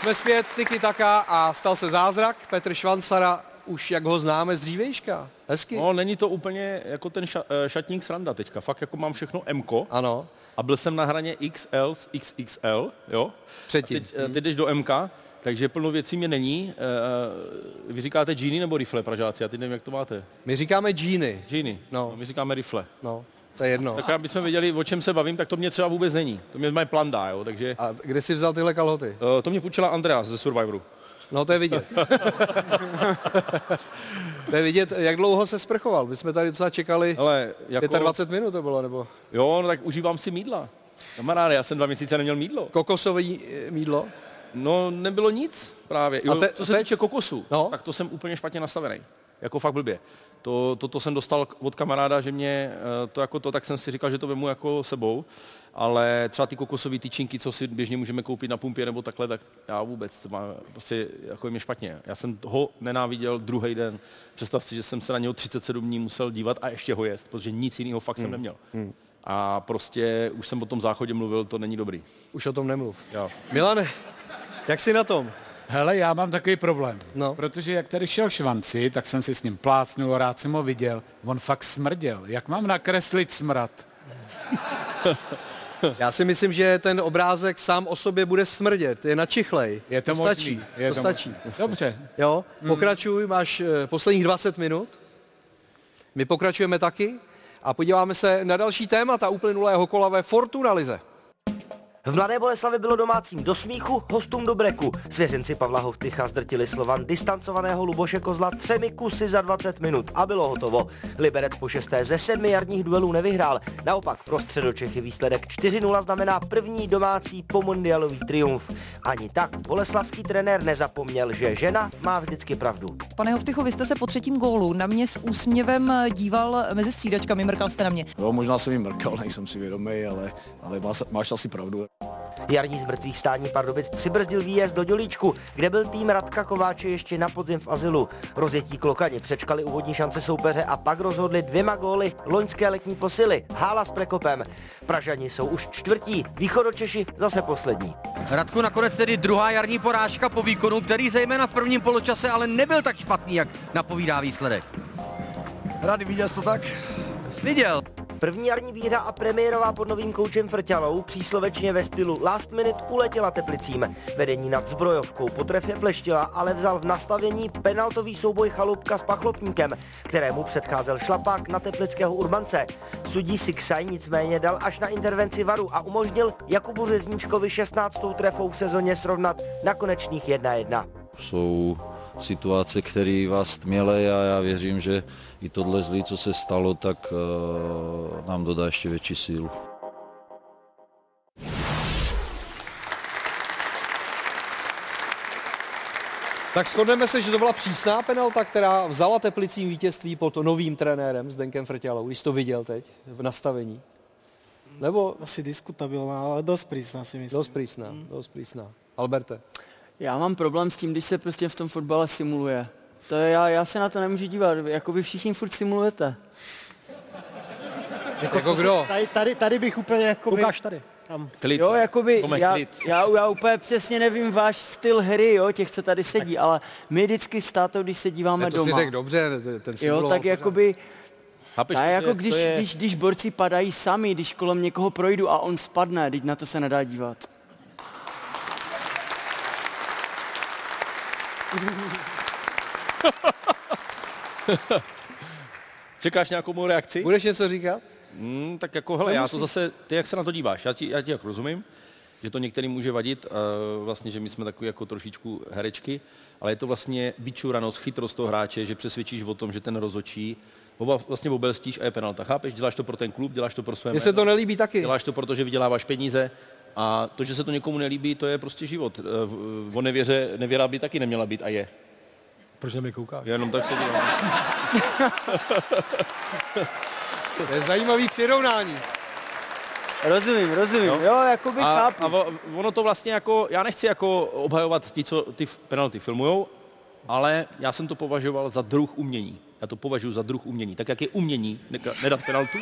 Jsme zpět, Tiki Taka a stal se zázrak. Petr Švancara, už jak ho známe z dřívejška. Hezky. No, není to úplně jako ten ša- eh, šatník sranda teďka. Fakt jako mám všechno M Ano. a byl jsem na hraně XL s XXL, jo. Předtím. A teď, eh, teď jdeš do MK, takže plno věcí mě není. Eh, Vy říkáte Genie nebo rifle, Pražáci? Já teď nevím, jak to máte. My říkáme džíny. Genie. No. My říkáme rifle. No, to je jedno. Tak aby jsme věděli, o čem se bavím, tak to mě třeba vůbec není. To mě mají plandá, jo, takže... A kde jsi vzal tyhle kalhoty? eh, To mě půjčila Andreas ze Survivoru. No to je vidět. to je vidět, jak dlouho se sprchoval. My jsme tady docela No, čekali Ale jako... 25 minut to bylo, nebo Jo, no tak užívám si mídla. Kamaráde, já jsem dva měsíce neměl mídlo. kokosové eh, mídlo. No, nebylo nic právě. Jo, A te- co se te- týče kokosu, No. tak to jsem úplně špatně nastavený. Jako fakt blbě. To, to, to jsem dostal k- od kamaráda, že mě eh, to jako to, tak jsem si říkal, že to vemu jako sebou. Ale třeba ty kokosové tyčinky, co si běžně můžeme koupit na pumpě nebo takhle, tak já vůbec, to má, prostě jako je mě špatně. Já jsem ho nenáviděl druhý den. Představ si, že jsem se na něho 37 dní musel dívat a ještě ho jest, protože nic jiného fakt Hmm. jsem neměl. A prostě už jsem o tom záchodě mluvil, to není dobrý. Už o tom nemluv. Jo. Milane, jak jsi na tom? Hele, já mám takový problém. No. Protože jak tady šel švanci, tak jsem si s ním plácnul, rád jsem ho viděl. On fakt smrděl. Jak mám nakreslit smrad? Já si myslím, že ten obrázek sám o sobě bude smrdět. Je načichlej. Je to, to možný, stačí. Je to, stačí. Možný. Dobře. Jo, pokračuj, máš eh, posledních 20 minut. My pokračujeme taky a podíváme se na další témata uplynulého kola ve Fortuna Lize. V Mladé Boleslavi bylo domácím do smíchu, hostům do breku. Svěřenci Pavla Hovtycha zdrtili slovan distancovaného Luboše Kozla třemi kusy za 20 minut a bylo hotovo. Liberec po šesté ze sedmi jarních duelů nevyhrál. Naopak pro středočechy výsledek 4-0 znamená první domácí pomundialový triumf. Ani tak boleslavský trenér nezapomněl, že žena má vždycky pravdu. Pane Hovtycho, vy jste se po třetím gólu na mě s úsměvem díval mezi střídačkami, mrkal jste na mě. Jo, možná jsem jim mrkal, nejsem si vědomý, ale, ale máš, máš asi pravdu. Jarní z mrtvých stání Pardubic přibrzdil výjezd do Dělíčku, kde byl tým Radka Kováče ještě na podzim v azylu. Rozjetí klokani přečkali úvodní šance soupeře a pak rozhodli dvěma góly loňské letní posily. Hála s Prekopem. Pražani jsou už čtvrtí, východočeši zase poslední. Radku nakonec tedy druhá jarní porážka po výkonu, který zejména v prvním poločase ale nebyl tak špatný, jak napovídá výsledek. Rád viděl jsi to tak? Viděl. První jarní výhra a premiérová pod novým koučem Frťalou příslovečně ve stylu last minute uletěla Teplicím. Vedení nad zbrojovkou po trefě pleštila, ale vzal v nastavení penaltový souboj Chalupka s Pachlopníkem, kterému předcházel šlapák na teplického Urbance. Sudí Siksaj nicméně dal až na intervenci varu a umožnil Jakubu Řezničkovi 16. trefou v sezóně srovnat na konečných 1-1. jsou situace, které vás tmělej a já věřím, že i tohle zlí, co se stalo, tak eh, nám dodá ještě větší sílu. Tak shodneme se, že to byla přísná penalta, která vzala Teplicím vítězství pod novým trenérem Zdenkem Frťalou, když jsi to viděl teď v nastavení. Nebo Asi diskutabilná, ale dost přísná si myslím. dost přísná, dost přísná. Alberte, Já mám problém s tím, když se prostě v tom fotbale simuluje. To je, já, já se na to nemůžu dívat, jako vy všichni furt simulujete. jako, jako kdo? Tady, tady, tady bych úplně jako... Koukáš tady. Tam. No. Klid. Jo, jakoby, Tome, já, klid. já, já úplně přesně nevím váš styl hry, jo, těch, co tady sedí, ale my vždycky s tátou, když se díváme Ne, to si doma, řekl dobře, t- ten si jo, tak jako jakoby, Chápeš, já to jako je- když, to je- když, když borci padají sami, když kolem někoho projdu a on spadne, teď na to se nedá dívat. Čekáš nějakou mou reakci? Budeš něco říkat? Hmm, tak jako, hele, já to zase, ty jak se na to díváš, já ti, já ti jako rozumím, že to některým může vadit, eh, vlastně, že my jsme takový jako trošičku herečky, ale je to vlastně vyčuranost, chytrost toho hráče, že přesvědčíš o tom, že ten rozočí, ho va- vlastně obelstíš a je penalta, chápeš? Děláš to pro ten klub, děláš to pro své Mně se to jméno, nelíbí taky. Děláš to, protože vyděláváš peníze a to, že se to někomu nelíbí, to je prostě život. Eh, v- O nevěře, nevěra by taky neměla být a je. Proč na mě koukáš? Jenom tak se dívám. To je zajímavý přirovnání. Rozumím, rozumím, jo, jo jakoby A, chápu. a vo- ono to vlastně jako, já nechci jako obhajovat ti, co ty f- penalty filmujou, ale já jsem to považoval za druh umění. Já to považuji za druh umění. Tak jak je umění neka- nedat penaltu,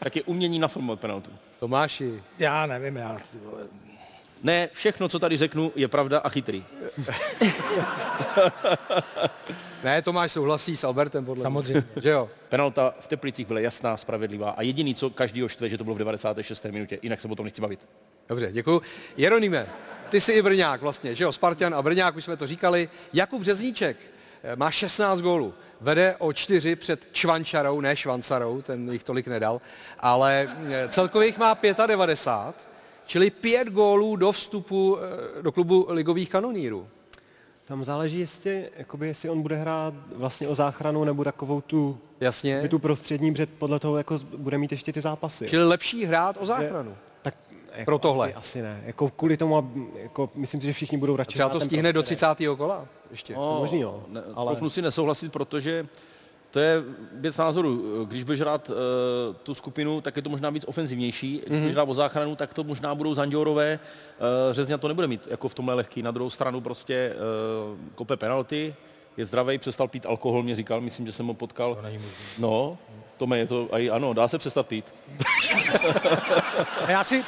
tak je umění nafilmovat penaltu. Tomáši, Já nevím, já... ty vole. Ne, všechno, co tady řeknu, je pravda a chytrý. Ne, Tomáš souhlasí s Albertem, podle mě. Samozřejmě. Že jo? Penalta v Teplicích byla jasná, spravedlivá a jediný, co každýho štve, že to bylo v 96. minutě, jinak se o tom nechci bavit. Dobře, děkuji. Jeronime, ty jsi i Brňák vlastně, že jo? Spartan a Brňák, už jsme to říkali. Jakub Řezníček eh, má 16 gólů. Vede o čtyři před Čvančarou, ne Švancarou, ten jich tolik nedal, ale eh, celkově jich má 95, čili pět gólů do vstupu eh, do klubu ligových kanonírů. Tam záleží jestli, jakoby, jestli on bude hrát vlastně o záchranu nebo takovou tu, Jasně. tu prostřední, protože podle toho jako z- bude mít ještě ty zápasy. Čili lepší hrát o záchranu. Tak jako Pro tohle. Asi, asi ne. Jako kvůli tomu, ab- jako, myslím si, že všichni budou radši. Třeba hrát to ten stihne do prostředek. 30. kola ještě. No, možný, jo. Ne, ale- ale... si nesouhlasit, protože to je věc názoru. Když budeš hrát uh, tu skupinu, tak je to možná víc ofenzivnější. Když Mhm. budeš hrát o záchranu, tak to možná budou Zandiorové. Uh, Řezňa to nebude mít jako v tomhle lehký. Na druhou stranu prostě uh, kope penalty, je zdravý, přestal pít alkohol, mě říkal, myslím, že jsem ho potkal. To není no, Tome, je to, aj, ano, dá se přestat pít. A já si,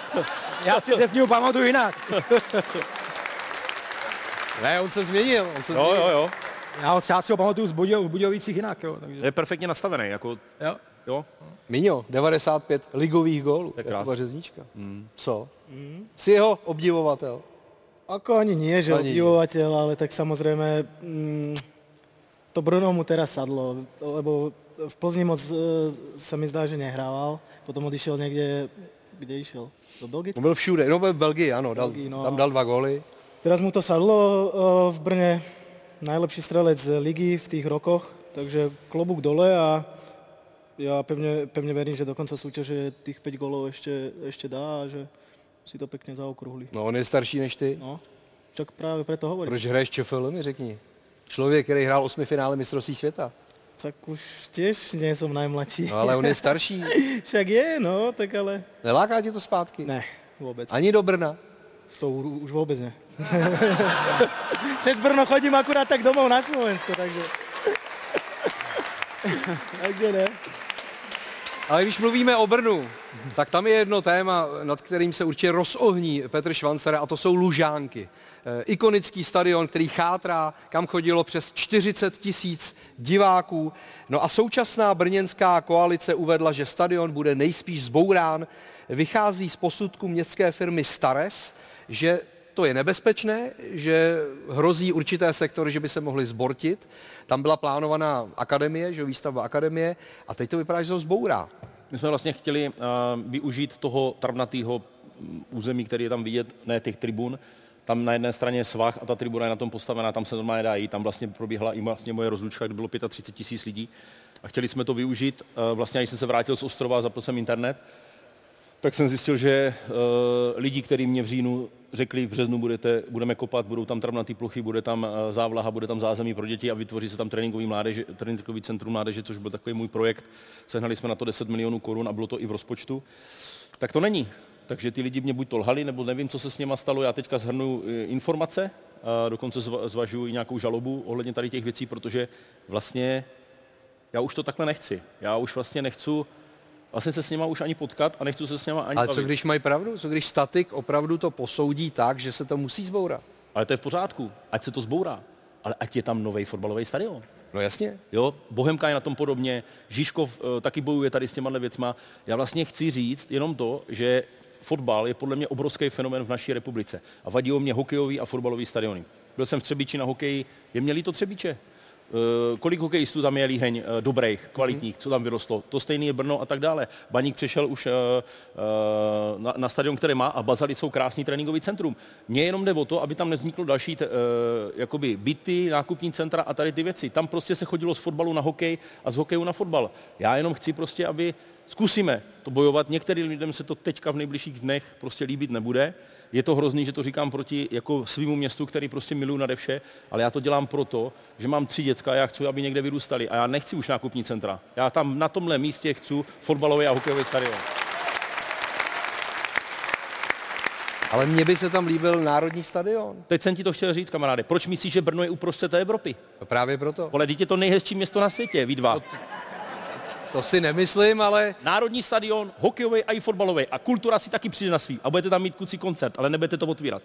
já si ze sníhu pamatuju jinak. Ne, on se změnil. On se Jo, změnil. jo, jo. Já, ho- já si ho pamatuju z Budějov, v Budějovicích jinak. Jo, takže. Je perfektně nastavený. Jako, jo. jo. Miňo, 95 ligových gólů. je Jakuba krásný. Řeznička. Co? Mm. Jsi jeho obdivovatel. Ako ani nie, že Ani nie. obdivovateľ, ale tak samozrejme mm, to Bruno mu teraz sadlo, lebo v Plzni moc e, sa mi zdá, že nehrával, potom odišiel niekde, kde išiel? Do Belgicka? On byl všude, no byl v Belgii, ano, dal, Belgii, no. tam dal dva góly. Teraz mu to sadlo e, v Brne, najlepší strelec ligy v tých rokoch, takže klobúk dole a ja pevne, pevne verím, že do konca súťaže tých 5 golov ešte, ešte dá a že si to pekne zaokrúhli. No, on je starší než ty. No, čak práve preto hovorím. Proč hraješ ČFL, mi řekni. Člověk, který hrál osmi finále mistrovství světa. Tak už tiež nie som najmladší. No, ale on je starší. Však je, no, tak ale Neláká tě to zpátky? Ne, vůbec. Ani do Brna? to u- už vôbec ne. Cez Brno chodím akurát tak domov na Slovensko, takže... takže ne. Ale když mluvíme o Brnu, tak tam je jedno téma, nad kterým se určitě rozohní Petr Švancer, a to jsou Lužánky. Eh, Ikonický stadion, který chátrá, kam chodilo přes 40 tisíc diváků. No a současná brněnská koalice uvedla, že stadion bude nejspíš zbourán. Vychází z posudku městské firmy Stares, že to je nebezpečné, že hrozí určité sektory, že by se mohly zbortit. Tam byla plánovaná akademie, že jo, výstavba akademie, a teď to vypadá, že se to zbourá. My jsme vlastně chtěli uh, využít toho travnatého mm, území, který je tam vidět, ne těch tribun. Tam na jedné straně je svah a ta tribuna je na tom postavená, tam se normálně dá jít. Tam vlastně probíhala i vlastně moje rozlučka, kde bylo 35 tisíc lidí. A chtěli jsme to využít. Uh, vlastně, když jsem se vrátil z ostrova, zapl jsem internet, tak jsem zjistil, že uh, lidi, kteří mě v říjnu řekli, v březnu budete, budeme kopat, budou tam travnatý plochy, bude tam uh, závlaha, bude tam zázemí pro děti a vytvoří se tam tréninkový, mládeže, tréninkový centrum mládeže, což byl takový můj projekt. Sehnali jsme na to 10 milionů korun a bylo to i v rozpočtu. Tak to není. Takže ty lidi mě buď to lhali, nebo nevím, co se s něma stalo. Já teďka zhrnu eh, informace, a dokonce zva- zvažuji nějakou žalobu ohledně tady těch věcí, protože vlastně já už to takhle nechci. Já už vlastně nechci vlastně se s nima už ani potkat a nechci se s nima ani Ale co bavit. když mají pravdu? Co když statik opravdu to posoudí tak, že se to musí zbourat? Ale to je v pořádku, ať se to zbourá. Ale ať je tam nový fotbalový stadion. No jasně. Jo, Bohemka je na tom podobně, Žižkov eh, taky bojuje tady s těma věcma. Já vlastně chci říct jenom to, že fotbal je podle mě obrovský fenomén v naší republice. A vadí o mě hokejový a fotbalový stadiony. Byl jsem v Třebíči na hokeji, je mě líto Třebíče. Eh, kolik hokejistů tam je líheň eh, Mhm. dobrých, kvalitních, co tam vyrostlo. To stejný je Brno a tak dále. Baník přešel už eh, eh, na, na stadion, který má a Bazary jsou krásný tréninkový centrum. Mně jenom jde o to, aby tam nevzniklo další t, eh, jakoby byty, nákupní centra a tady ty věci. Tam prostě se chodilo z fotbalu na hokej a z hokeju na fotbal. Já jenom chci prostě, aby zkusíme to bojovat. Některým lidem se to teďka v nejbližších dnech prostě líbit nebude. Je to hrozný, že to říkám proti jako svýmu městu, který prostě miluju nade vše, ale já to dělám proto, že mám tři děcka a já chci, aby někde vyrůstali. A já nechci už nákupní centra. Já tam na tomhle místě chci fotbalový a hokejový stadion. Ale mně by se tam líbil Národní stadion. Teď jsem ti to chtěl říct, kamaráde. Proč myslíš, že Brno je uprostřed té Evropy? No Právě proto. Vole, dítě to nejhezčí město na světě, vy dva. To, To si nemyslím, ale... Národní stadion, hokejový a i fotbalový. A kultura si taky přijde na svý. A budete tam mít kuci koncert, ale nebudete to otvírat.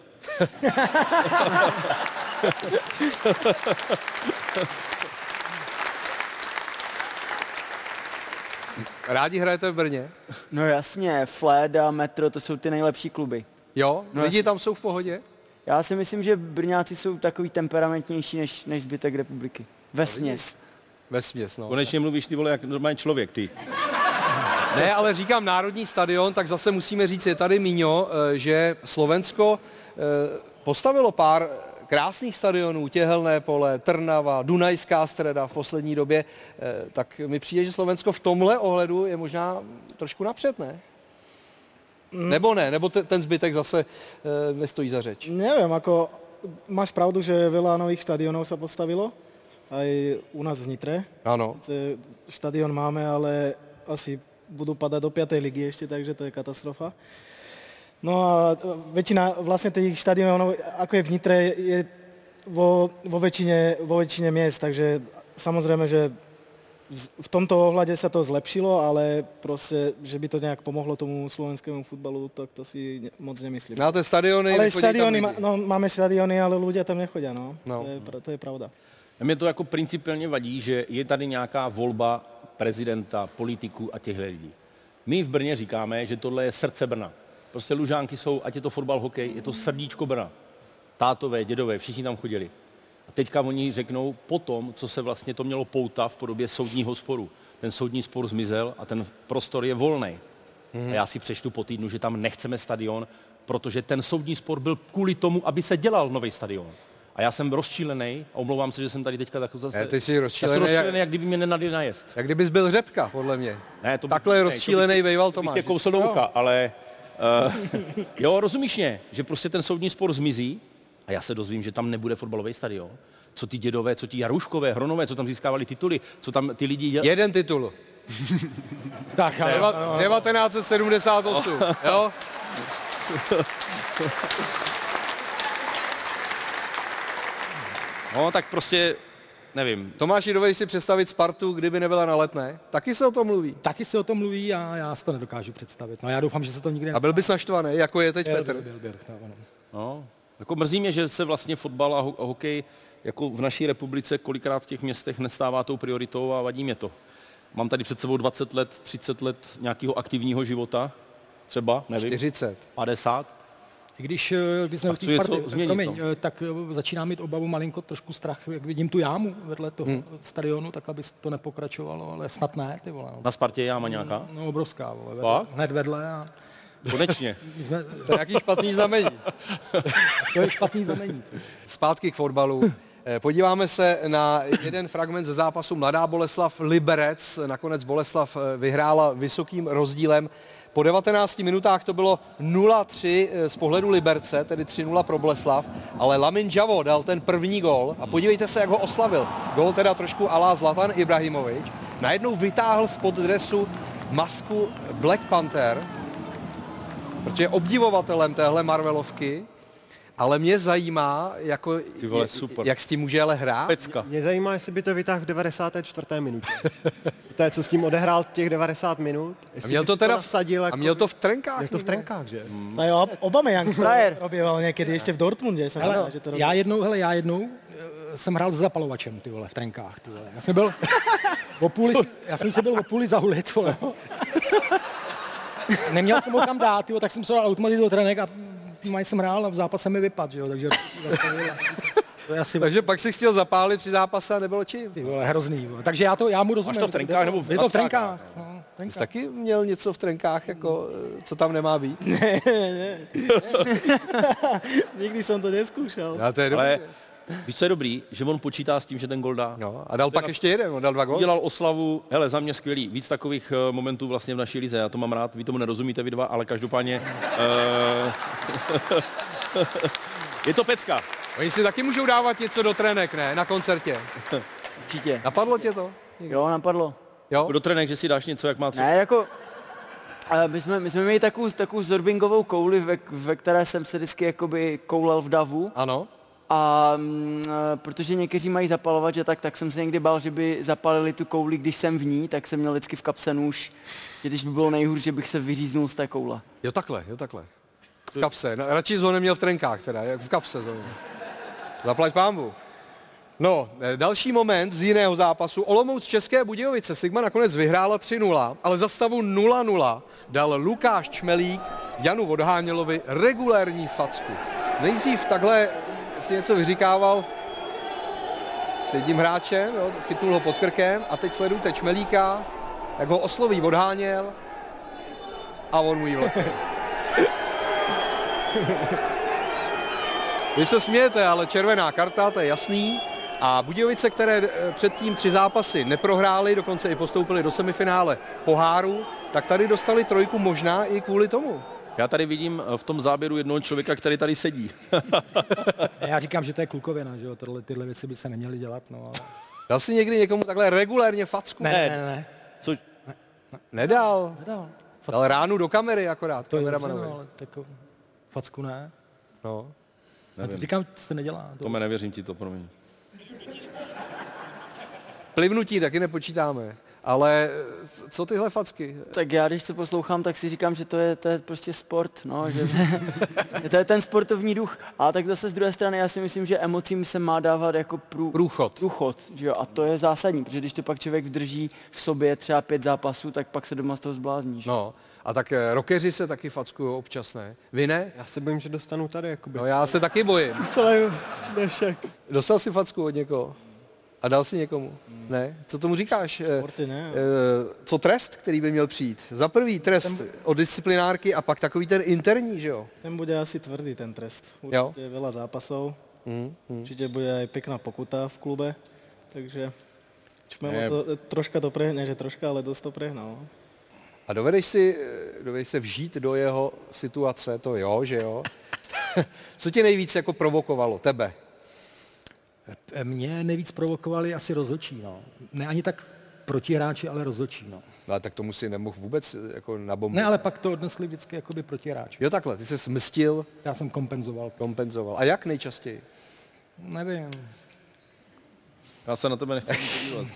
Rádi hrajete v Brně? No jasně, Fleda, Metro, to jsou ty nejlepší kluby. Jo? No Lidi jasně. tam jsou v pohodě? Já si myslím, že Brňáci jsou takový temperamentnější než, než zbytek republiky. Vesměs. Vesměs, no. Konečně mluvíš ty vole jak normální člověk, ty. Ne, ale říkám Národní stadion, tak zase musíme říct, je tady Míňo, eh, že Slovensko eh, postavilo pár krásných stadionů, Těhelné pole, Trnava, Dunajská streda v poslední době, eh, tak mi přijde, že Slovensko v tomhle ohledu je možná trošku napřed, ne? Mm. Nebo ne, nebo te- ten zbytek zase eh, nestojí za řeč. Neviem, ako máš pravdu, že veľa nových štadionov sa postavilo, aj u nás v Nitre. Áno. Sice štadión máme, ale asi budú padať do 5. ligy ešte, takže to je katastrofa. No a e, väčšina vlastne tých štadionov, ako je v Nitre, je vo, vo, väčšine, vo väčšine miest, takže samozrejme, že z- v tomto ohľade sa to zlepšilo, ale proste, že by to nejak pomohlo tomu slovenskému futbalu, tak to si ne, moc nemyslím. Máte stadiony, ale nechodí tam stadiony, lidi. ma- no, máme stadiony, ale ľudia tam nechodia, no. No. To, je, pra- to je pravda. Mě to jako principiálně vadí, že je tady nějaká volba prezidenta, politiků a těchto lidí. My v Brně říkáme, že tohle je srdce Brna. Prostě lužánky jsou, ať je to fotbal, hokej, je to srdíčko Brna. Tátové, dědové, všichni tam chodili. A teďka oni řeknou po tom, co se vlastně to mělo pouta v podobě soudního sporu. Ten soudní spor zmizel a ten prostor je volný. A já si přečtu po týdnu, že tam nechceme stadion, protože ten soudní spor byl kvůli tomu, aby se dělal nový stadion. A já jsem rozčílený, a omlouvám se, že jsem tady teďka tak zase... Ne, ty jsi Já jsem rozčílený, rozčílený, jak kdyby mě nenadil najezd. Jak kdybys byl řepka, podle mě. Ne, to Takhle ne, rozčílený to bych- bejval to bych Tomáš. tě kousl do Jo. ucha, ale... Uh, jo, rozumíš mě, že prostě ten soudní spor zmizí a já se dozvím, že tam nebude fotbalový stadion. Co ty dědové, co ti Jaruškové, Hronové, co tam získávali tituly, co tam ty lidi dělali. Jeden titul. tak, Deva- 1978, jo? No, tak prostě, nevím. Tomáši, dovedeš si představit Spartu, kdyby nebyla na letné? Taky se o tom mluví. Taky se o tom mluví a já si to nedokážu představit. No já doufám, že se to nikdy A byl bys naštvaný, jako je teď Byl, Petr. byl, byl, byl, no, ano. No, jako mrzí mě, že se vlastně fotbal a ho- a hokej jako v naší republice kolikrát v těch městech nestává tou prioritou a vadí mě to. Mám tady před sebou 20 let, 30 let nějakého aktivního života, třeba, nevím. 40. 50. I když, eh, když A jsme u té chci něco Sparty, změnit, promiň, no. eh, tak eh, začíná mít obavu malinko, trošku strach, jak vidím tu jámu vedle toho Hmm. stadionu, tak aby to nepokračovalo, ale snad ne, ty vole. no. Na Spartě je jáma nějaká? No obrovská, vole, vedle, Fakt? hned vedle a... Konečně. My jsme- To je nějaký špatný znamení. To je špatný znamení. Zpátky k fotbalu. Eh, Podíváme se na jeden fragment ze zápasu Mladá Boleslav Liberec. Nakonec Boleslav eh, vyhrála vysokým rozdílem. Po 19 minutách to bylo 0-3 eh, z pohledu Liberce, tedy 3-0 pro Boleslav, ale Lamin Javo dal ten první gol a podívejte se, jak ho oslavil. Gol teda trošku alá Zlatan Ibrahimovič. Najednou vytáhl spod dresu masku Black Panther, protože je obdivovatelem téhle Marvelovky, ale mě zajímá, jako, vole, je- super. jak s tím může ale hrát. Mě zajímá, jestli by to vytáhl v 94. minutě. To je, co s tím odehrál těch 90 minut. A jestli měl by to si teda nasadil jako- a měl to v trenkách. Měl to v trenkách, že? To je No Ob- Aubameyang, Frajer. Objeval niekedy ešte v Dortmunde, sa Hele, ale, že to robil. já jednou, hele, já jednou eh, jsem hrál s zapalovačem, ty vole, v trenkách, ty vole. Já jsem byl o půli, já jsem se byl o půli zahulit, vole. Neměl jsem ho kam dát, ty vole, tak jsem se dal automaticky do trenek a mají jsem hrál a v zápase mi vypadl, že jo, takže to je asi Takže pak si chtěl zapálit při zápase a nebylo čím. Ty vole, hrozný. vole. Takže já to, já mu rozumím. to v trenkách nebo v Je to v maskách? trenkách. No, v Jsi trenkách. taky měl něco v trenkách, jako, eh, co tam nemá být? Nikdy som to No, neskúšal. Ale to je Ale dobře. víš, co je dobrý? Že on počítá s tím, že ten gol dá. No, a dal pak ještě jeden, on dal dva góly. Udělal oslavu, hele, za mě skvělý. Víc takových eh, momentů vlastně v naší lize, já to mám rád, vy tomu nerozumíte vy dva, ale každopádně... eh, je to pecka. Oni si taky můžou dávat něco do trenek, ne? Na koncertě. Určitě. Napadlo tě to? Jo, napadlo. Jo? Do trenek, že si dáš něco, jak má tři. Ne, jako... eh, My jsme, my jsme měli takovou, takovou zorbingovou kouli, ve, ve které jsem se vždycky jakoby koulel v davu. Ano. A mm, eh, protože někteří mají zapalovat, že tak, tak jsem se někdy bál, že by zapalili tu kouli, když jsem v ní, tak jsem měl vždycky v kapse nůž, že když by bylo nejhůř, že bych se vyříznul z té koule. Jo takhle, jo takhle. V kapse. No, radši jsi ho neměl v trenkách teda, jak v kapse. Zrovna. Zaplať pámbu. No, eh, další moment z jiného zápasu. Olomouc České Budějovice. Sigma nakonec vyhrála 3-0, ale za stavu 0-0 dal Lukáš Čmelík Janu Vodhánělovi regulérní facku. Nejdřív takhle si něco vyříkával s jedním hráčem, jo, chytnul ho pod krkem a teď sledujte Čmelíka, jak ho osloví Vodháněl a on mu ji vlepe. Vy se smějete, ale červená karta, to je jasný. A Budějovice, které eh, předtím tři zápasy neprohrály, dokonce i postoupili do semifinále poháru, tak tady dostali trojku možná i kvůli tomu. Já tady vidím eh, v tom záběru jednoho člověka, který tady sedí. Ne, Já říkám, že to je klukovina, že jo, tohle, tyhle věci by se neměly dělat, no ale... Dal si někdy někomu takhle regulérně facku? Ne, ne, ne, ne. Co? Nedal. Nedal. Dal ránu do kamery akorát, No, To je dobře, kameramanovi. no, ale tako, facku ne. No. Já to říkám, to se nedělá. Tome, nevěřím ti to, promiň. Plivnutí taky nepočítáme. Ale eh, co tyhle facky? Tak já, když to poslouchám, tak si říkám, že to je, to je prostě sport, no, že že to je ten sportovní duch. A tak zase z druhé strany, já si myslím, že emocím se má dávat jako prů, průchod. průchod že jo? A to je zásadní, protože když to pak člověk vdrží v sobě třeba pět zápasů, tak pak se doma z toho zblázní. Že? No, a tak eh, rokeři se taky fackují občas, ne? Vy ne? Já se bojím, že dostanu tady, jakoby. No já se taky bojím. Celý dnešek. Dostal jsi facku od někoho? A dal si někomu? Ne? Co tomu říkáš? Sporty, ne, Co trest, který by měl přijít? Za prvý trest od disciplinárky a pak takový ten interní, že jo? Ten bude asi tvrdý ten trest. Jo. Určite veľa zápasov. Mm, mm. Určite bude aj pekná pokuta v klube. Takže Čmelo Ne. to, troška to prehnal, ne že troška, ale dosť to prehnal. no. A dovedeš si, eh, dovedeš se vžít do jeho situace, to jo, že jo? Co tě nejvíc jako provokovalo, tebe? Eh, Mě nejvíc provokovali asi rozhodčí, no. Ne ani tak protihráči, ale rozhodčí, no. No, ale tak tomu si nemohl vůbec eh, jako nabombit. Ne, ale pak to odnesli vždycky jakoby protihráči. Jo takhle, ty se smstil. Já jsem kompenzoval. Kompenzoval. A jak nejčastěji? Nevím. Já se na tebe nechci ani podívat.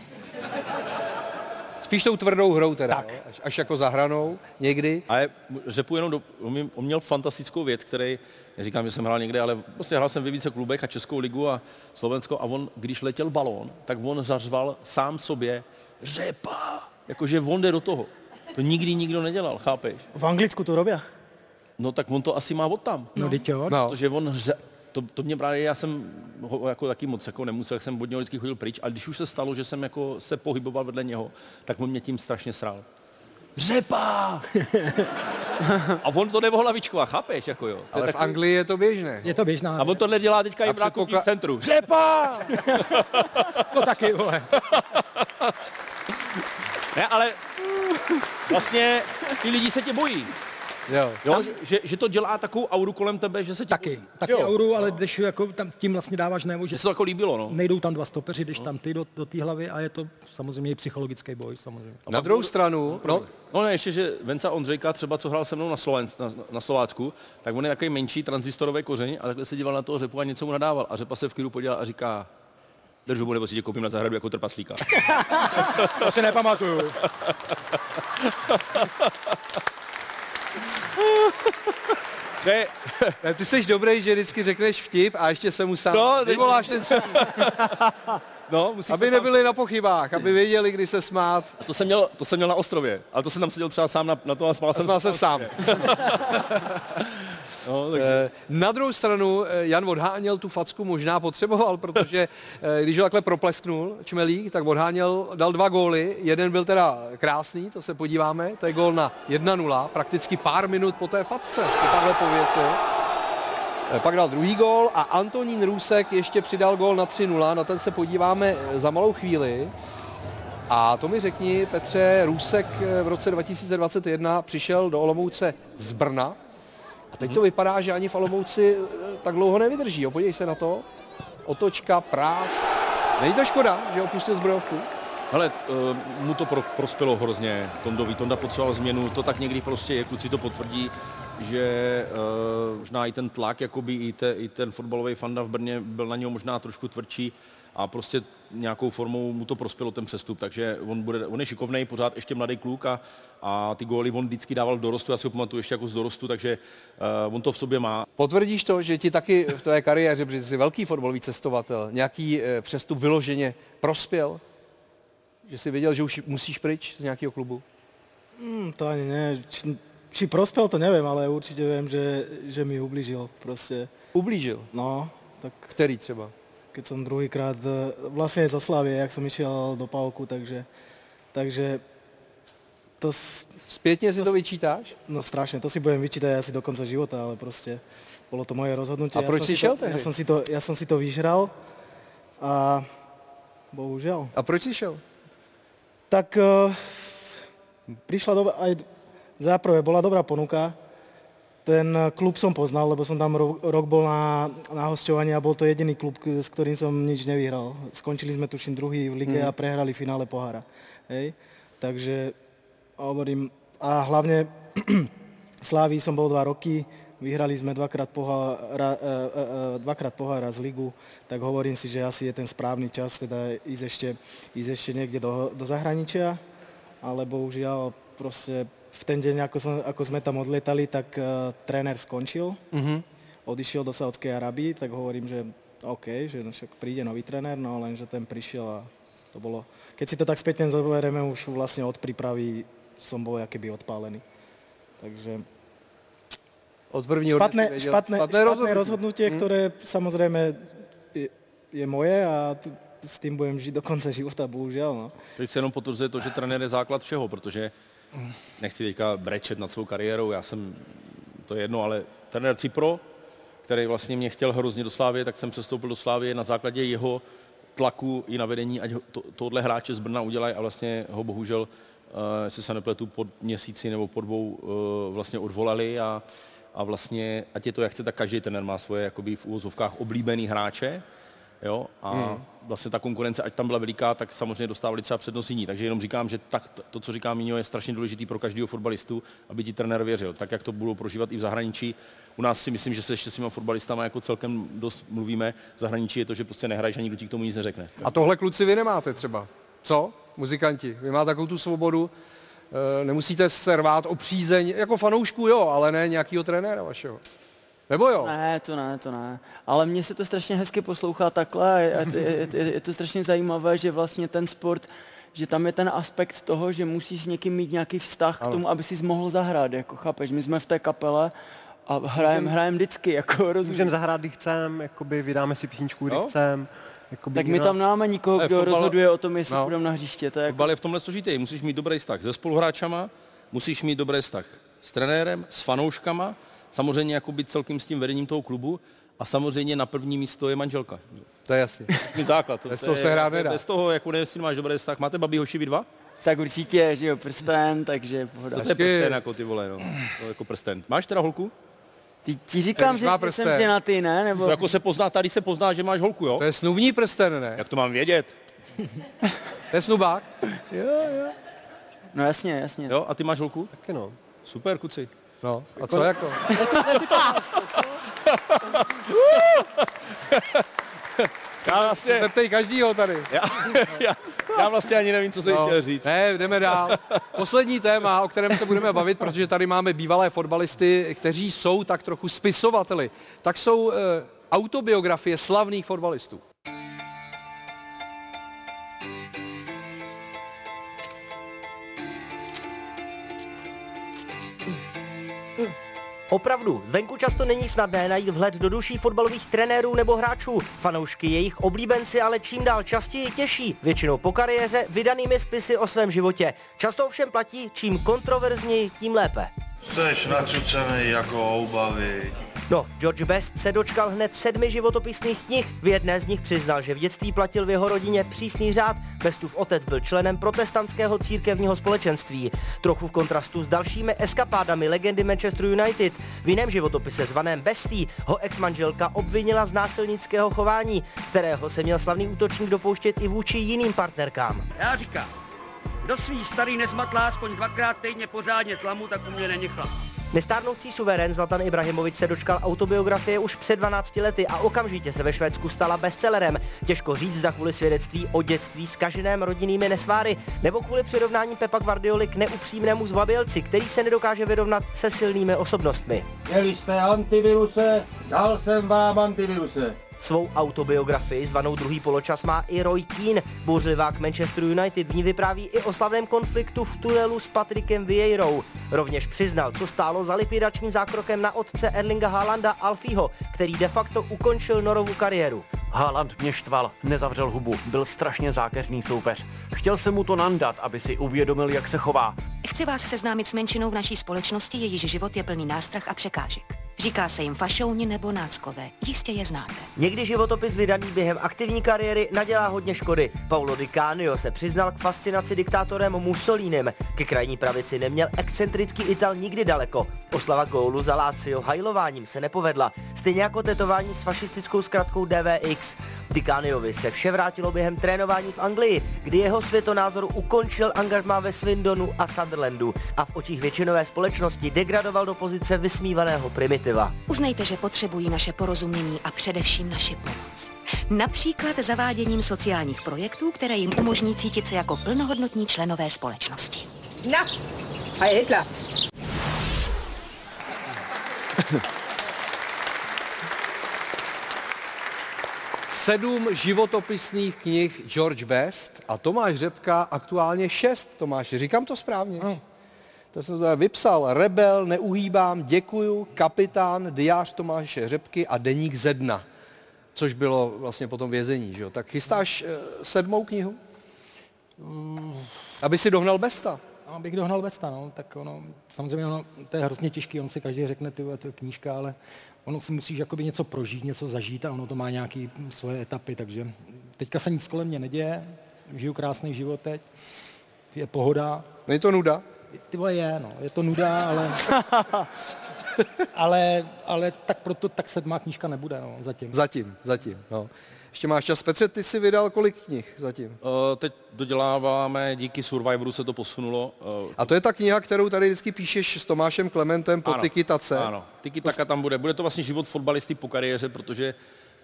Spíš tou tvrdou hrou teda, jo? až, až jako za hranou někdy. A je, m- řepu jenom, do, on, mi- on měl fantastickou věc, který, neříkám, že jsem hrál někde, ale prostě hrál jsem ve více klubech a Českou ligu a Slovensko a on, když letěl balón, tak on zařval sám sobě řepa, jakože on jde do toho. To nikdy nikdo nedělal, chápeš? V Anglicku to robia? No tak on to asi má od tam. No, vždyť jo. No. Protože on hře, to, to mě právě, já jsem ho jako taky moc jako nemusel, jsem od něho vždycky chodil pryč, ale když už se stalo, že jsem jako se pohyboval vedle něho, tak on mě tím strašně sral. Řepa! a on to nebo hlavičková, chápeš, jako jo. To Ale je v takový- Anglii je to běžné. Je to běžná. A on tohle dělá teďka A i v Rákovním předpokla- centru. No Řepa! to taky, vole. Ne, ale vlastně ty lidi se tě bojí. Jo. Jo, že- že, že, to dělá takovou auru kolem tebe, že se tě Taky. Bojí. Taky jo. euro, ale když jako tam, tím vlastně dáváš nebo, že Mně se to jako líbilo, no. nejdou tam dva stopeři, jdeš tam ty do, do té hlavy a je to samozřejmě i psychologický boj, samozřejmě. Na druhou stranu, no, No ne, ještě, že Venca Ondřejka, třeba co hrál se mnou na, Sloven, na, na Slovácku, tak on je takový menší transistorový kořeň a takhle se díval na toho řepu a něco mu nadával. A řepa se v klidu podíval a říká, držu mu, nebo si tě koupím na zahradu jako trpaslíka. To si nepamatuju. ne, ne, ty jsi dobrý, že vždycky řekneš vtip a ještě se mu sám No, teď- vyvoláš ten svůj. No, musí Aby se nebyli na pochybách, aby věděli, kdy se smát. A to jsem měl, to jsem měl na ostrově, ale to jsem tam seděl třeba sám na, na to a smál A jsem smál se sám. no, tak... Eh, Na druhou stranu eh, Jan odháněl tu facku možná potřeboval, protože eh, když ho takhle proplesknul Čmelík, tak odháněl, dal dva góly. Jeden byl teda krásný, to se podíváme, to je gól na 1-0, prakticky pár minut po té facce to takhle pověsil. Eh, Pak dal druhý gól a Antonín Růsek ještě přidal gól na 3-0, na ten se podíváme eh, za malou chvíli. A to mi řekni, Petře, Růsek eh, v roce 2021 přišel do Olomouce z Brna. A teď to vypadá, že ani v Olomouci eh, tak dlouho nevydrží. Jo. Podívej se na to. Otočka, prás. Není to škoda, že opustil zbrojovku? Hele, eh, mu to pro, prospělo hrozně, Tondovi. Tonda potřeboval změnu, to tak někdy prostě je, kluci to potvrdí. že uh, možná i ten tlak, jakoby i, te, i ten fotbalový fanda v Brně byl na něho možná trošku tvrdší a prostě nějakou formou mu to prospělo ten přestup, takže on, bude, on je šikovný, pořád ještě mladý kluk a, a ty góly on vždycky dával v dorostu, já si ho pamatuju ještě jako z dorostu, takže uh, on to v sobě má. Potvrdíš to, že ti taky v tvé kariéře, protože jsi velký fotbalový cestovatel, nějaký eh, přestup vyloženě prospěl? Že jsi věděl, že už musíš pryč z nějakého klubu? Hmm, to ani ne. Či, či prospel to neviem, ale určite viem, že, že mi ublížil proste. Ublížil? No, tak... Ktorý třeba? Keď som druhýkrát, eh, vlastne za Slavie, jak som išiel do Pavku, takže... Takže... To... Spätne si to, vyčítáš? No strašne, to si budem vyčítať asi do konca života, ale proste bolo to moje A rozhodnutie. proč som si to- šiel tehdy? Ja som si to, ja som si to vyžral a bohužiaľ. A proč si šiel? Tak eh, prišla doba, aj za prvé bola dobrá ponuka. Ten eh, klub som poznal, lebo som tam ro- rok bol na, na hostovaní a bol to jediný klub, k- s ktorým som nič nevyhral. Skončili sme tuším druhý v lige Mhm. a prehrali v finále pohára. Hej. Takže a hovorím, a hlavne Slávy som bol dva roky, vyhrali sme dvakrát pohára, e, e, e, dvakrát pohára z ligu, tak hovorím si, že asi je ten správny čas teda ísť ešte, ísť ešte niekde do, do zahraničia, ale bohužiaľ proste v ten jako deň, ako, som, ako sme tam odletali, tak uh, tréner skončil, Mhm. odišiel do Saudskej Arabii, tak hovorím, že OK, že no však príde nový tréner, no lenže ten prišiel a to bolo... Keď si to tak spätne zoberieme, už vlastne od prípravy som bol keby odpálený. Takže Od prvního dne špatné, si věděl- špatné, špatné rozhodnutie, rozhodnutie Hm? ktoré samozrejme je, je moje a tu, s tým budem žiť do konca života, bohužiaľ. No. Teď se jenom potvrzuje to, že trenér je základ všeho, protože nechci teďka brečet nad svou kariérou, já jsem, to je jedno, ale trenér Cipro, který vlastně mě chtěl hrozně do Slávy, tak jsem přestoupil do Slávy na základě jeho tlaku i na vedení, ať ho to, tohle hráče z Brna udělají a vlastně ho bohužel, eh, jestli se nepletu, po měsíci nebo po dvou eh, vlastně odvolali a, a vlastně, ať je to jak chce, tak každý trenér má svoje jakoby v úvozovkách oblíbený hráče, jo, a Hmm. vlastně ta konkurence, ať tam byla veliká, tak samozřejmě dostávali třeba přednost jiní. Takže jenom říkám, že tak, to, co říká Míňo, je strašně důležitý pro každého fotbalistu, aby ti trenér věřil. Tak, jak to budou prožívat i v zahraničí. U nás si myslím, že se ještě s těma fotbalistama jako celkem dost mluvíme. V zahraničí je to, že prostě nehraješ a nikdo ti k tomu nic neřekne. A tohle kluci vy nemáte třeba. Co? Muzikanti. Vy máte takovou tu svobodu. eh, Nemusíte se rvát o přízeň, jako fanoušku jo, ale ne nějakýho trenéra vašeho. Nebo jo? Ne, to ne, to ne. Ale mně se to strašně hezky poslouchá takhle. Je, je, je, je to strašně zajímavé, že vlastně ten sport, že tam je ten aspekt toho, že musíš s někým mít nějaký vztah Ano. k tomu, aby si mohl zahrát, jako chápeš. My jsme v té kapele a hrajeme Můžem- hrajem vždycky, jako Můžeme rozumím. zahrát, kdy chcem, jakoby vydáme si písničku, kdy No. Jo. chcem. Jakoby Tak my nikdo- tam nemáme nikoho, Ale kdo fotbal- No. rozhoduje o tom, jestli budeme na hřiště. To je jako Fotbal je v tomhle složitý. Musíš mít dobrý vztah se spoluhráčama, musíš mít dobrý vztah s trenérem, s fanouškama, samozřejmě jakoby celkem s tím vedením toho klubu a samozřejmě na první místo je manželka. To je jasný. základ. Bez to toho je- se hrát nedá. Bez toho, jako nevím, jestli máš dobrý vztah. Máte babí hoši vy dva? Tak určitě, že jo, prsten, takže pohoda. To je prsten jako ty vole, no. To je jako prsten. Máš teda holku? Ty ti říkám, že, že jsem ženatý, ne? Nebo... To jako se pozná, tady se pozná, že máš holku, jo? To je snubní prsten, ne? Jak to mám vědět? to je snubák? Jo, jo. No jasně, jasně. Jo, a ty máš holku? Taky no. Super, kuci. No, a co jako? Já vlastně... Zeptej každýho tady. Já, já, já vlastně ani nevím, co jsem chtěl říct. No. Ne, jdeme dál. Poslední téma, o kterém se budeme bavit, protože tady máme bývalé fotbalisty, kteří jsou tak trochu spisovateli, tak jsou eh, autobiografie slavných fotbalistů. Opravdu, zvenku často není snadné najít vhled do duší fotbalových trenérů nebo hráčů. Fanoušky jejich oblíbenci ale čím dál častěji těší, většinou po kariéře, vydanými spisy o svém životě. Často ovšem platí, čím kontroverzněji, tím lépe. Jsi nacucený jako obavy. No, George Best se dočkal hned sedmi životopisných knih. V jedné z nich přiznal, že v dětství platil v jeho rodině přísný řád. Bestův otec byl členem protestantského církevního společenství. Trochu v kontrastu s dalšími eskapádami legendy Manchester United. V jiném životopise zvaném Bestý ho ex-manželka obvinila z násilnického chování, kterého se měl slavný útočník dopouštět i vůči jiným partnerkám. Já říkám, kdo svý starý nezmatlá aspoň dvakrát týdně pořádně tlamu, tak u mě není chlap. Nestárnoucí suverén Zlatan Ibrahimovič se dočkal autobiografie už před 12 lety a okamžitě se ve Švédsku stala bestsellerem. Těžko říct, za kvůli svědectví o dětství s kažiném rodinnými nesváry nebo kvůli přirovnání Pepa Guardioli k neupřímnému zbabělci, který se nedokáže vyrovnat se silnými osobnostmi. Měli jste antiviruse, dal jsem vám antiviruse. Svou autobiografii zvanou Druhý poločas má i Roy Keane. Bouřlivák Manchester United v ní vypráví i o slavném konfliktu v tunelu s Patrikem Vieirou. Rovněž přiznal, co stálo za likvidačním zákrokem na otce Erlinga Haalanda Alfího, který de facto ukončil Norovu kariéru. Haaland mě štval, nezavřel hubu, byl strašně zákeřný soupeř. Chtěl jsem mu to nandat, aby si uvědomil, jak se chová. Chci vás seznámit s menšinou v naší společnosti, jejíž život je plný nástrah a překážek. Říká se jim fašouni nebo náckové. Jistě je znáte. Někdy životopis vydaný během aktivní kariéry nadělá hodně škody. Paulo Di Canio se přiznal k fascinaci diktátorem Mussolinem. Ke krajní pravici neměl excentrický Ital nikdy daleko. Oslava gólu za Lazio hajlováním se nepovedla, stejně jako tetování s fašistickou zkratkou DVX. Di Caniovi se vše vrátilo během trénování v Anglii, kdy jeho světonázor ukončil angažmá ve Swindonu a Sunderlandu a v očích většinové společnosti degradoval do pozice vysmívaného primitiva. Uznejte, že potřebují naše porozumění a především naši pomoc. Například zaváděním sociálních projektů, které jim umožní cítit se jako plnohodnotní členové společnosti. Na, a je Hitler. Sedm životopisných knih George Best a Tomáš Řepka aktuálně šest. Tomáš, říkám to správně? Ano. To jsem zda vypsal. Rebel, neuhýbám, děkuju, kapitán, diář Tomáše Řepky a deník ze dna, což bylo vlastně potom vězení. Že jo? Tak chystáš eh, sedmou knihu, aby si dohnal Besta? Abych dohnal Vesta, no, tak ono, samozřejmě ono, to je hrozně těžký, on si každý řekne, ty vole, to je knížka, ale ono si musíš jakoby něco prožít, něco zažít a ono to má nějaké svoje etapy, takže teďka se nic kolem mě neděje, žiju krásný život teď, je pohoda. Není to nuda? Ty vole, je, no, je to nuda, ale... ale, ale tak proto tak sedmá knížka nebude, no, zatím. Zatím, zatím, no. Ještě máš čas. Petře, ty jsi vydal kolik knih zatím? Eh, Teď doděláváme, díky Survivoru se to posunulo. eh, A to je ta kniha, kterou tady vždycky píšeš s Tomášem Klementem po Ano, Tiki Tace. Ano, tiki taka tam bude. Bude to vlastně život fotbalisty po kariéře, protože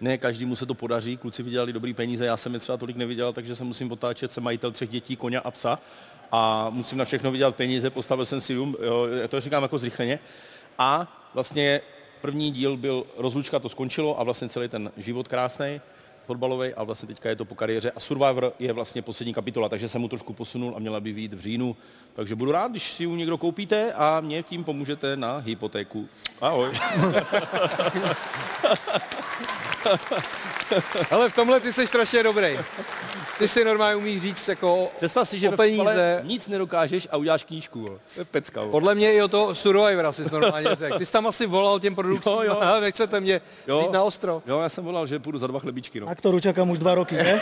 ne každému se to podaří. Kluci vydělali dobrý peníze, já jsem je třeba tolik nevydělal, takže se musím otáčet, jsem majitel třech dětí, koně a psa a musím na všechno vydělat peníze, postavil jsem si dům, jo, já to říkám jako zrychleně. A vlastně první díl byl rozlučka, to skončilo a vlastně celý ten život krásný fotbalový a vlastně teďka je to po kariéře a Survivor je vlastně poslední kapitola, takže jsem mu trošku posunul a měla by výjít v říjnu. Takže budu rád, když si ji u někdo koupíte a mě tím pomůžete na hypotéku. Ahoj. Ale v tomhle ty jsi strašně dobrý. Ty si normálně umíš říct jako Představ si, že o ve peníze. fotbale nic nedokážeš a uděláš knížku. vole. To je pecka. vole. Podle mě i o to Survivora jsi normálně řekl. Ty jsi tam asi volal těm produkcím, jo, jo. nechcete mě jo. na ostrov. Jo, já jsem volal, že půjdu za dva chlebičky. No. Tak to ručakám už dva roky, ne?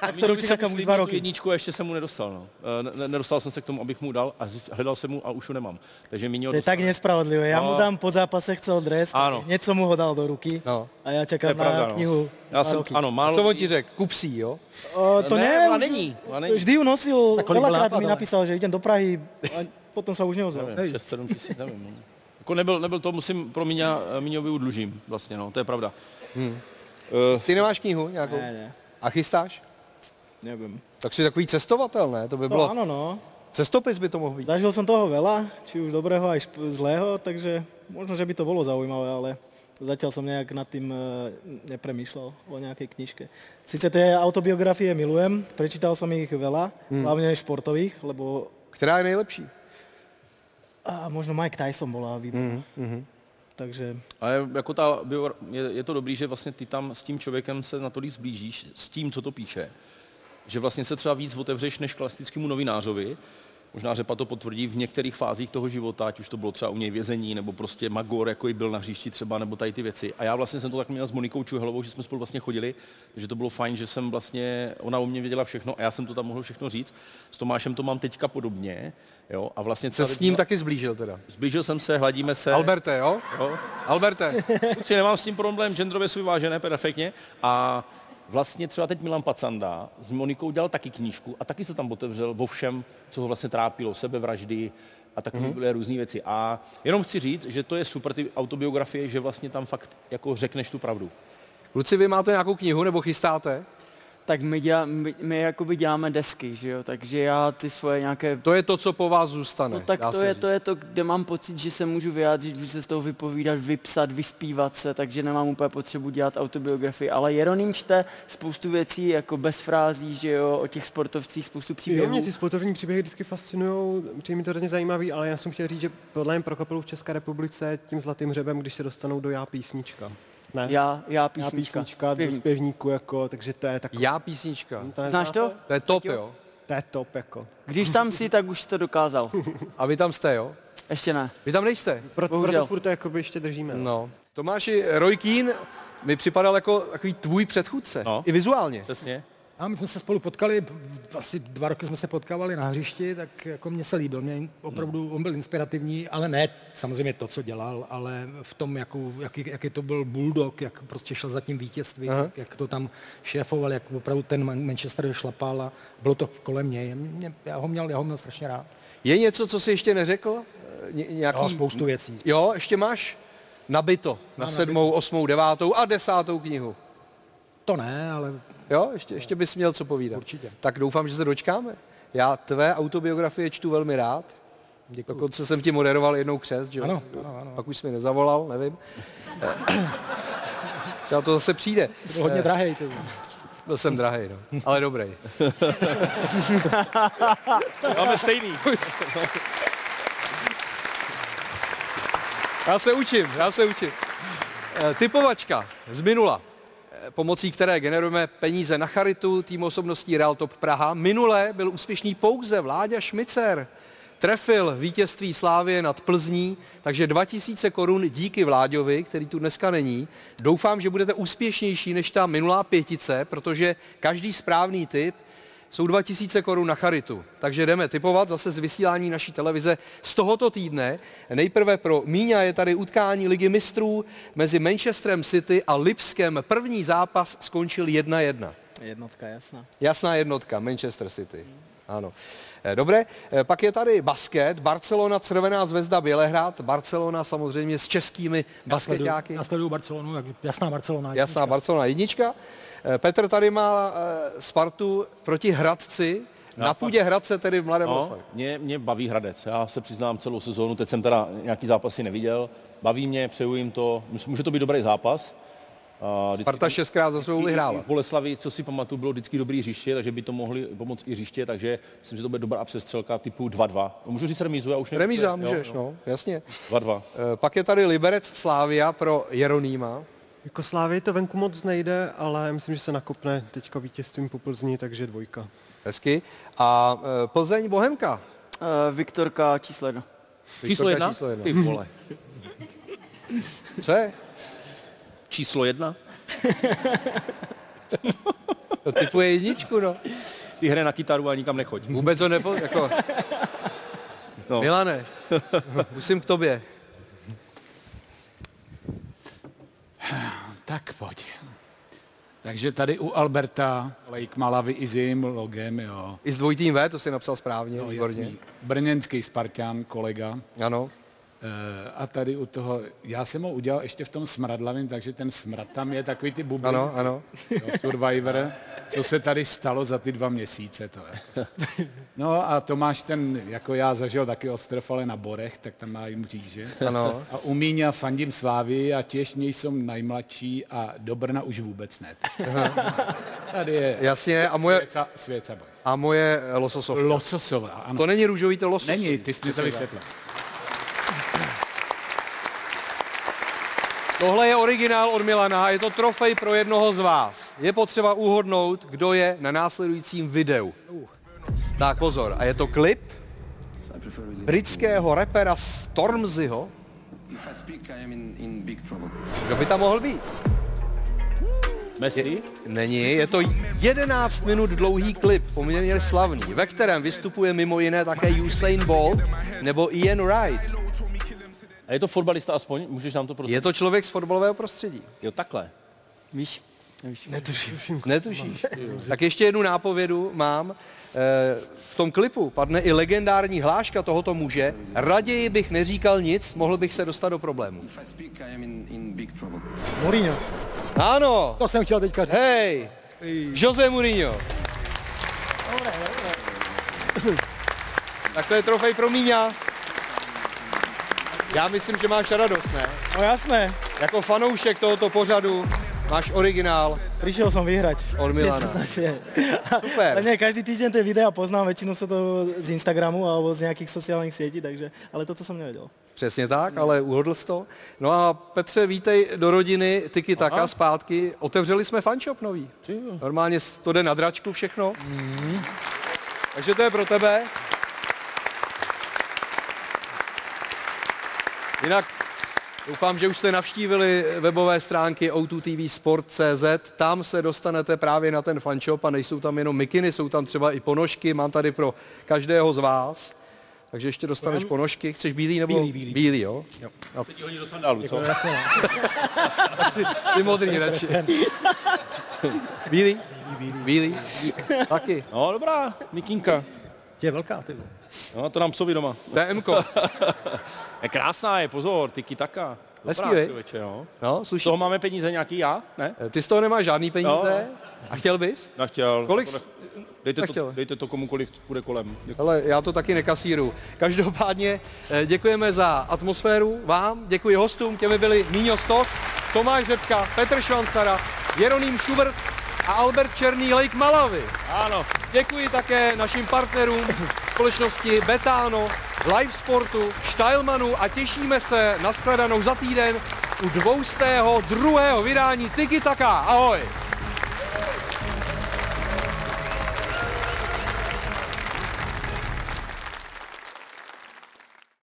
Tak to ručí čekám už dva roky. Jedničku a ještě jsem mu nedostal. No. Eh, Ne, ne- nedostal jsem se k tomu, abych mu dal a zjist- hledal jsem mu a už ho nemám. Takže mi To je tak nespravodlivé. Já mu dám po zápase chcel dres, No. Ano. něco mu ho dal do ruky no. a já To je čekám pravda, na no. knihu. Já dva jsem, roky. ano, málo Co on ti řekl? Kup si ji, jo? O, to Ne, ne, ona už, není, ona není. Vždy ju nosil, Tak kolik byla velakrát nápad, mi ale? napísal, že jdem do Prahy a potom se už neozval. Nevím, 6, 7 tisíc, nevím. no. Jako nebyl, nebyl to, musím, promiň, já eh, Míňovi udlužím vlastně, no, to je pravda. Eh, Hmm. Ty nemáš knihu nějakou? Ne, ne. A chystáš? Nevím. Tak jsi takový cestovatel, ne? To by To bylo... ano, no. Cestopis by to mohl být. Zažil jsem toho veľa, či už dobrého, aj šp- zlého, takže možno, že by to bolo zaujímavé, ale zatiaľ som nejak nad tým e, nepremýšľal o nejakej knižke. Sice tie autobiografie milujem, prečítal som ich veľa, Hmm. hmm. hlavne športových, lebo... Ktorá je najlepší? A možno Mike Tyson bola výborná. Hmm, mhm. Takže Ale jako ta bio, je, je, to dobrý, že vlastně ty tam s tím člověkem se natolik zblížíš, s tím, co to píše, že vlastně se třeba víc otevřeš než klasickému novinářovi. Možná Řepa to potvrdí v některých fázích toho života, ať už to bylo třeba u něj vězení, nebo prostě Magor, jako i byl na hřišti třeba, nebo tady ty věci. A já vlastně jsem to tak měl s Monikou Čuhelovou, že jsme spolu vlastně chodili, takže to bylo fajn, že jsem vlastně, ona o mě věděla všechno a já jsem to tam mohl všechno říct. S Tomášem to mám teďka podobně, jo, a vlastně Se celá s ním ta- taky zblížil teda. Zblížil jsem se, hladíme se. Alberte, Eh. jo? jo? Alberte. Kluci, nemám s tím problém, genderově jsou vyvážené, perfektně. A vlastně třeba teď Milan Pacanda s Monikou dělal taky knížku a taky se tam otevřel o všem, co ho vlastně trápilo, sebevraždy, a takové mm-hmm. byly různé věci. A jenom chci říct, že to je super ty autobiografie, že vlastně tam fakt jako řekneš tu pravdu. Luci, vy máte nějakou knihu nebo chystáte? Tak my, dělá, my, my jakoby děláme desky, že jo, takže já ty svoje nějaké... To je to, co po vás zůstane. No tak dá to se je, říct. to je to, kde mám pocit, že se můžu vyjádřit, můžu se z toho vypovídat, vypsat, vyspívat se, takže nemám úplně potřebu dělat autobiografii, ale Jeroným čte spoustu věcí, jako bez frází, že jo, o těch sportovcích, spoustu Jo, mě příběhů. ty sportovní příběhy vždycky fascinují, přijde mi to hrozně zajímavý, ale já jsem chtěl říct, že podle mě Prokopil v České republice tím zlatým hřebem, když se dostanou do Já písnička. Ne? Já, já Já písnička. písnička do Zpěvník. zpěvníků, jako, takže to je takový. Já písnička. Znáš to? To je top, jo. To je top, jako. Když tam jsi, tak už to dokázal. A vy tam jste, jo? Ještě ne. Vy tam nejste? Pro, Bohužel. proto furt to jakoby ještě držíme. No. No. Tomáši, Roy Keane mi připadal jako takový tvůj předchůdce. No. I vizuálně. Přesně. A my jsme se spolu potkali, p- asi dva roky jsme se potkávali na hřišti, tak jako mně se líbil, mě opravdu, No. on byl inspirativní, ale ne samozřejmě to, co dělal, ale v tom, jakou, jaký, jaký to byl bulldog, jak prostě šel za tím vítězství, Aha. jak, jak to tam šéfoval, jak opravdu ten Man- Manchester šlapal a bylo to kolem něj. Mě, já, ho měl, já ho měl strašně rád. Je něco, co jsi ještě neřekl? Ně, nějaký... Jo, spoustu věcí. Jo, ještě máš nabito No, na Mám sedmou, osmou, devátou a desátou knihu. To ne, ale Jo, ještě, ještě bys měl co povídat. Určitě. Tak doufám, že se dočkáme. Já tvé autobiografie čtu velmi rád. Děkuji. Dokonce jsem ti moderoval jednou křest, že jo? Ano, ano, ano. Pak už jsi mi nezavolal, nevím. Třeba to zase přijde. to byl hodně Eh, drahej. To. Byl jsem drahý, no. ale dobrý. Máme stejný. Já se učím, já se učím. Eh, Typovačka z minula, eh, pomocí které generujeme peníze na charitu tým osobností Real Top Praha. Minule byl úspěšný pouze Vláďa Šmicer. Trefil vítězství Slávě nad Plzní, takže 2000 korun díky Vláďovi, který tu dneska není. Doufám, že budete úspěšnější než ta minulá pětice, protože každý správný typ jsou 2000 korun na charitu. Takže jdeme typovat zase z vysílání naší televize z tohoto týdne. Nejprve pro Míňa je tady utkání ligy mistrů mezi Manchesterem City a Lipskem. První zápas skončil 1-1. Jednotka, jasná. Jasná jednotka, Manchester City. Ano. Eh, Dobré, eh, pak je tady basket, Barcelona, Červená zvezda, Bělehrad, Barcelona samozřejmě s českými basketáky. Já sleduju Barcelonu, jak jasná Barcelona. Jasná Barcelona jednička. Eh, Petr tady má eh, Spartu proti Hradci. Na půdě Hradce tedy v Mladém No, Boleslavi. mě, mě baví Hradec, já se přiznám celou sezónu, teď jsem teda nějaký zápasy neviděl, baví mě, přeju jim to, Mys- může to být dobrý zápas. A vždycky- Sparta šestkrát za sebou vždycky i- vyhrála. i v Boleslavi, co si pamatuju, bylo vždycky dobrý hřiště, takže by to mohli pomoct i hřiště, takže myslím, že to bude dobrá přestřelka typu 2-2. Můžu říct remízu, já už nevím. Remíza, jo, můžeš, jo. no, jasně. 2-2. Eh, Pak je tady Liberec Slávia pro Jeronýma. Jako Slávy to venku moc nejde, ale myslím, že se nakopne teďka vítězstvím po Plzni, takže dvojka. Hezky. A eh, Plzeň Bohemka. Uh, Viktorka číslo jedna. Číslo jedna? Číslo jedna. Ty vole. Co je? Číslo jedna? To typuje jedničku, no. Ty hraje na kytaru a nikam nechoď. Vůbec ho nepo... Jako... No. Milane, musím k tobě. Tak pojď. Takže tady u Alberta Lake Malavy i s jejím logem, jo. I s dvojitým V, to si napsal správně, no, výborně. Jasný. Brněnský Spartan, kolega. Ano. Eh, A tady u toho, já jsem ho udělal ještě v tom smradlavém, takže ten smrad tam je takový ty bubliny. Ano, ano. Jo, Survivor, co se tady stalo za ty dva měsíce. To je. No a Tomáš ten, jako já zažil taky ostrov, ale na Borech, tak tam má jim říže. Ano. A u Míňa fandím Slávy a těžně jsem nejmladší a do Brna už vůbec ne. Tady je Jasně, a moje, Svěca, svěca boys. a moje eh, lososovka. Lososová, ano. To není růžový, to losos. Není, ty jsi mě Přesně to vysvětlil. Tohle je originál od Milana, je to trofej pro jednoho z vás. Je potřeba uhodnout, kdo je na následujícím videu. Tak pozor, a je to klip britského repera Stormzyho. If I speak, I am in, in big trouble. Kdo by tam mohl být? Messi? Není, je to 11 minut dlouhý klip, poměrně slavný, ve kterém vystupuje mimo jiné také Usain Bolt nebo Ian Wright. A je to fotbalista aspoň? Můžeš nám to prosím? Je to člověk z fotbalového prostředí. Jo, takhle. Víš? Netuším. Netušíš. tak ještě jednu nápovědu mám. Eh, V tom klipu padne i legendární hláška tohoto muže. Raději bych neříkal nic, mohl bych se dostat do problémů. If I speak, I am in, in big trouble. Mourinho. Ano. To jsem chtěl teďka říct. Hej, Jose Mourinho. Tak to je trofej pro Míňa. Já myslím, že máš radost, ne? No jasné. Jako fanoušek tohoto pořadu máš originál. Prišiel som vyhrať. Od Milana. Jednoznačne. Super. Ale nie, každý týždeň tie videá poznám, väčšinou sú to z Instagramu alebo z nejakých sociálnych sietí, takže, ale toto som nevedel. Přesně tak, ale uhodl jsi to. No a Petře, vítej do rodiny Tiki Taka Aha. zpátky. Otevřeli jsme fanshop nový. Normálně to jde na dračku všechno. Takže to je pro tebe. Jinak doufám, že už jste navštívili webové stránky o2tvsport.cz. Tam se dostanete právě na ten fanshop a nejsou tam jenom mikiny, jsou tam třeba i ponožky. Mám tady pro každého z vás. Takže ještě dostaneš ponožky. Chceš bílý nebo? Bílý, bílý. Bílý, jo? Jo. A Se ti hodí do sandálu, co? Jako jasně, no. ty, ty modrý radši. Bílý? Bílý. Taky. No dobrá, mikinka. Je velká, ty vole. No to nám psovi doma. To je Mko. je krásná je, pozor, tiki taka. Hezký, Dobrá, viď? člověče, jo. No, Z toho máme peníze nějaký já, ne? Ty z toho nemáš žádný peníze? No. A chtěl bys? Nechtěl. Kolik To s- ne- Dejte to, nechtěl. dejte to komukoliv, půjde kolem. Ale já to taky nekasíru. Každopádně eh, děkujeme za atmosféru vám, děkuji hostům, těmi byli Míňo Stok, Tomáš Řepka, Petr Švancara, Jeroným Šubert a Albert Černý Lake Malavy. Ano. Děkuji také našim partnerům společnosti Betano, Live Sportu, Steilmanu a těšíme se na shledanou za týden u dvoustého druhého vydání Tiki Taka. Ahoj!